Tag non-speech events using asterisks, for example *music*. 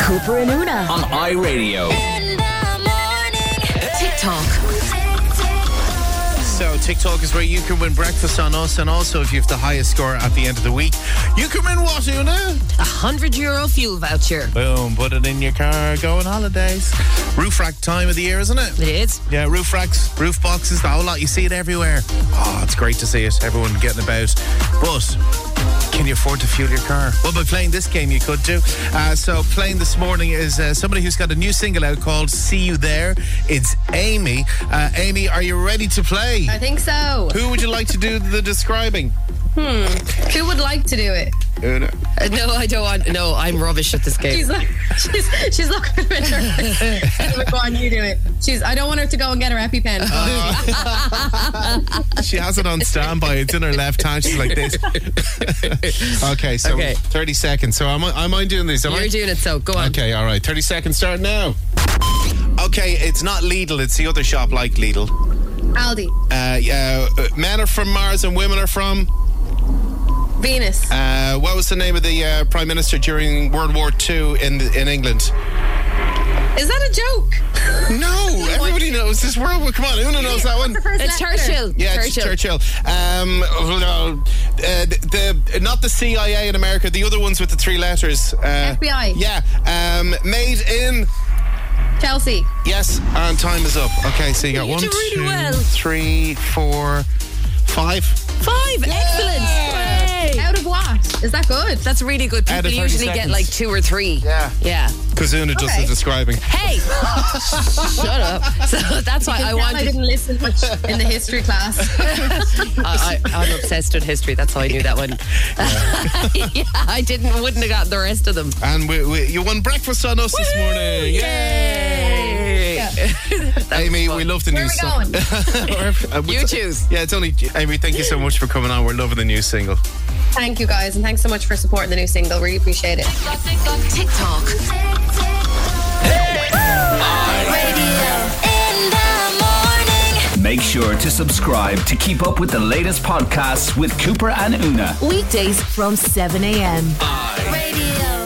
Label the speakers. Speaker 1: Cooper and Una.
Speaker 2: on iRadio.
Speaker 1: TikTok.
Speaker 3: So TikTok is where you can win breakfast on us, and also if you have the highest score at the end of the week, you can win what, Una?
Speaker 4: A hundred euro fuel voucher.
Speaker 3: Boom! Put it in your car. Go on holidays. Roof rack time of the year, isn't it?
Speaker 4: It is.
Speaker 3: Yeah, roof racks, roof boxes, the whole lot. You see it everywhere. Oh, it's great to see it. Everyone getting about. But can you afford to fuel your car? Well, by playing this game, you could do. Uh, so, playing this morning is uh, somebody who's got a new single out called See You There. It's Amy. Uh, Amy, are you ready to play?
Speaker 5: I think so.
Speaker 3: Who would you like to do the describing?
Speaker 5: Who would like to do it?
Speaker 3: Una.
Speaker 4: Uh, No, I don't want. No, I'm rubbish at this game.
Speaker 5: She's like, *laughs* she's, she's looking a bit *laughs* nervous. go on, you do it. She's. I don't want her to go and get her EpiPen.
Speaker 3: Uh, She has it on standby. It's in her left hand. She's like this. *laughs* okay, so
Speaker 4: Okay.
Speaker 3: 30 seconds. So, am I, am I doing this? Am I?
Speaker 4: You're doing it, so go on.
Speaker 3: Okay, all right. 30 seconds start now. Okay, it's not Lidl, it's the other shop like Lidl.
Speaker 5: Aldi,
Speaker 3: Uh, yeah, uh, men are from Mars and women are from.
Speaker 5: Venus,
Speaker 3: Uh, what was the name of the uh, Prime Minister during World War II in, in England?
Speaker 5: is that a joke?
Speaker 3: No, everybody knows this world. War- Come on, Una knows that one.
Speaker 5: The first
Speaker 4: It's
Speaker 5: letter.
Speaker 4: Churchill.
Speaker 3: Yeah, it's
Speaker 4: Churchill.
Speaker 3: Churchill. Um, uh, the, the not the CIA in America. The other ones with the three letters. Uh,
Speaker 5: FBI.
Speaker 3: Yeah. Um, made in.
Speaker 5: Chelsea,
Speaker 3: Yes, and time is up. Okay, so you got
Speaker 4: You
Speaker 3: one,
Speaker 4: did really
Speaker 3: two,
Speaker 4: well.
Speaker 3: three, four, five.
Speaker 4: Five. Excellent. Yay.
Speaker 5: out of what? Is that good?
Speaker 4: That's really good.
Speaker 3: Out
Speaker 4: People
Speaker 3: of 30
Speaker 4: usually get
Speaker 3: seconds.
Speaker 4: like two or three.
Speaker 3: Yeah.
Speaker 4: Yeah.
Speaker 3: Because Una just
Speaker 5: Okay.
Speaker 3: is describing.
Speaker 4: Hey. *laughs* Shut up. *laughs* So that's why I
Speaker 5: Tell I
Speaker 4: wanted.
Speaker 5: didn't listen much in the history class. *laughs*
Speaker 4: I, *laughs* I, I'm obsessed with history. That's how I knew that one. *laughs* yeah, I didn't. Wouldn't have gotten the rest of them.
Speaker 3: And we, we, you won breakfast on us this morning.
Speaker 4: Yay.
Speaker 3: Amy, we love the
Speaker 5: Where
Speaker 3: new
Speaker 5: are we
Speaker 3: song. *laughs*
Speaker 5: going?
Speaker 4: You choose.
Speaker 3: Yeah, it's only Amy. Thank you so much for coming on. We're loving the new single.
Speaker 5: Thank you guys, and thanks so much for supporting the new single. Really appreciate it.
Speaker 1: TikTok.
Speaker 2: Make sure to subscribe to keep up with the latest podcasts with Cooper and Una.
Speaker 1: Weekdays from 7 a.m.
Speaker 2: I
Speaker 1: Radio.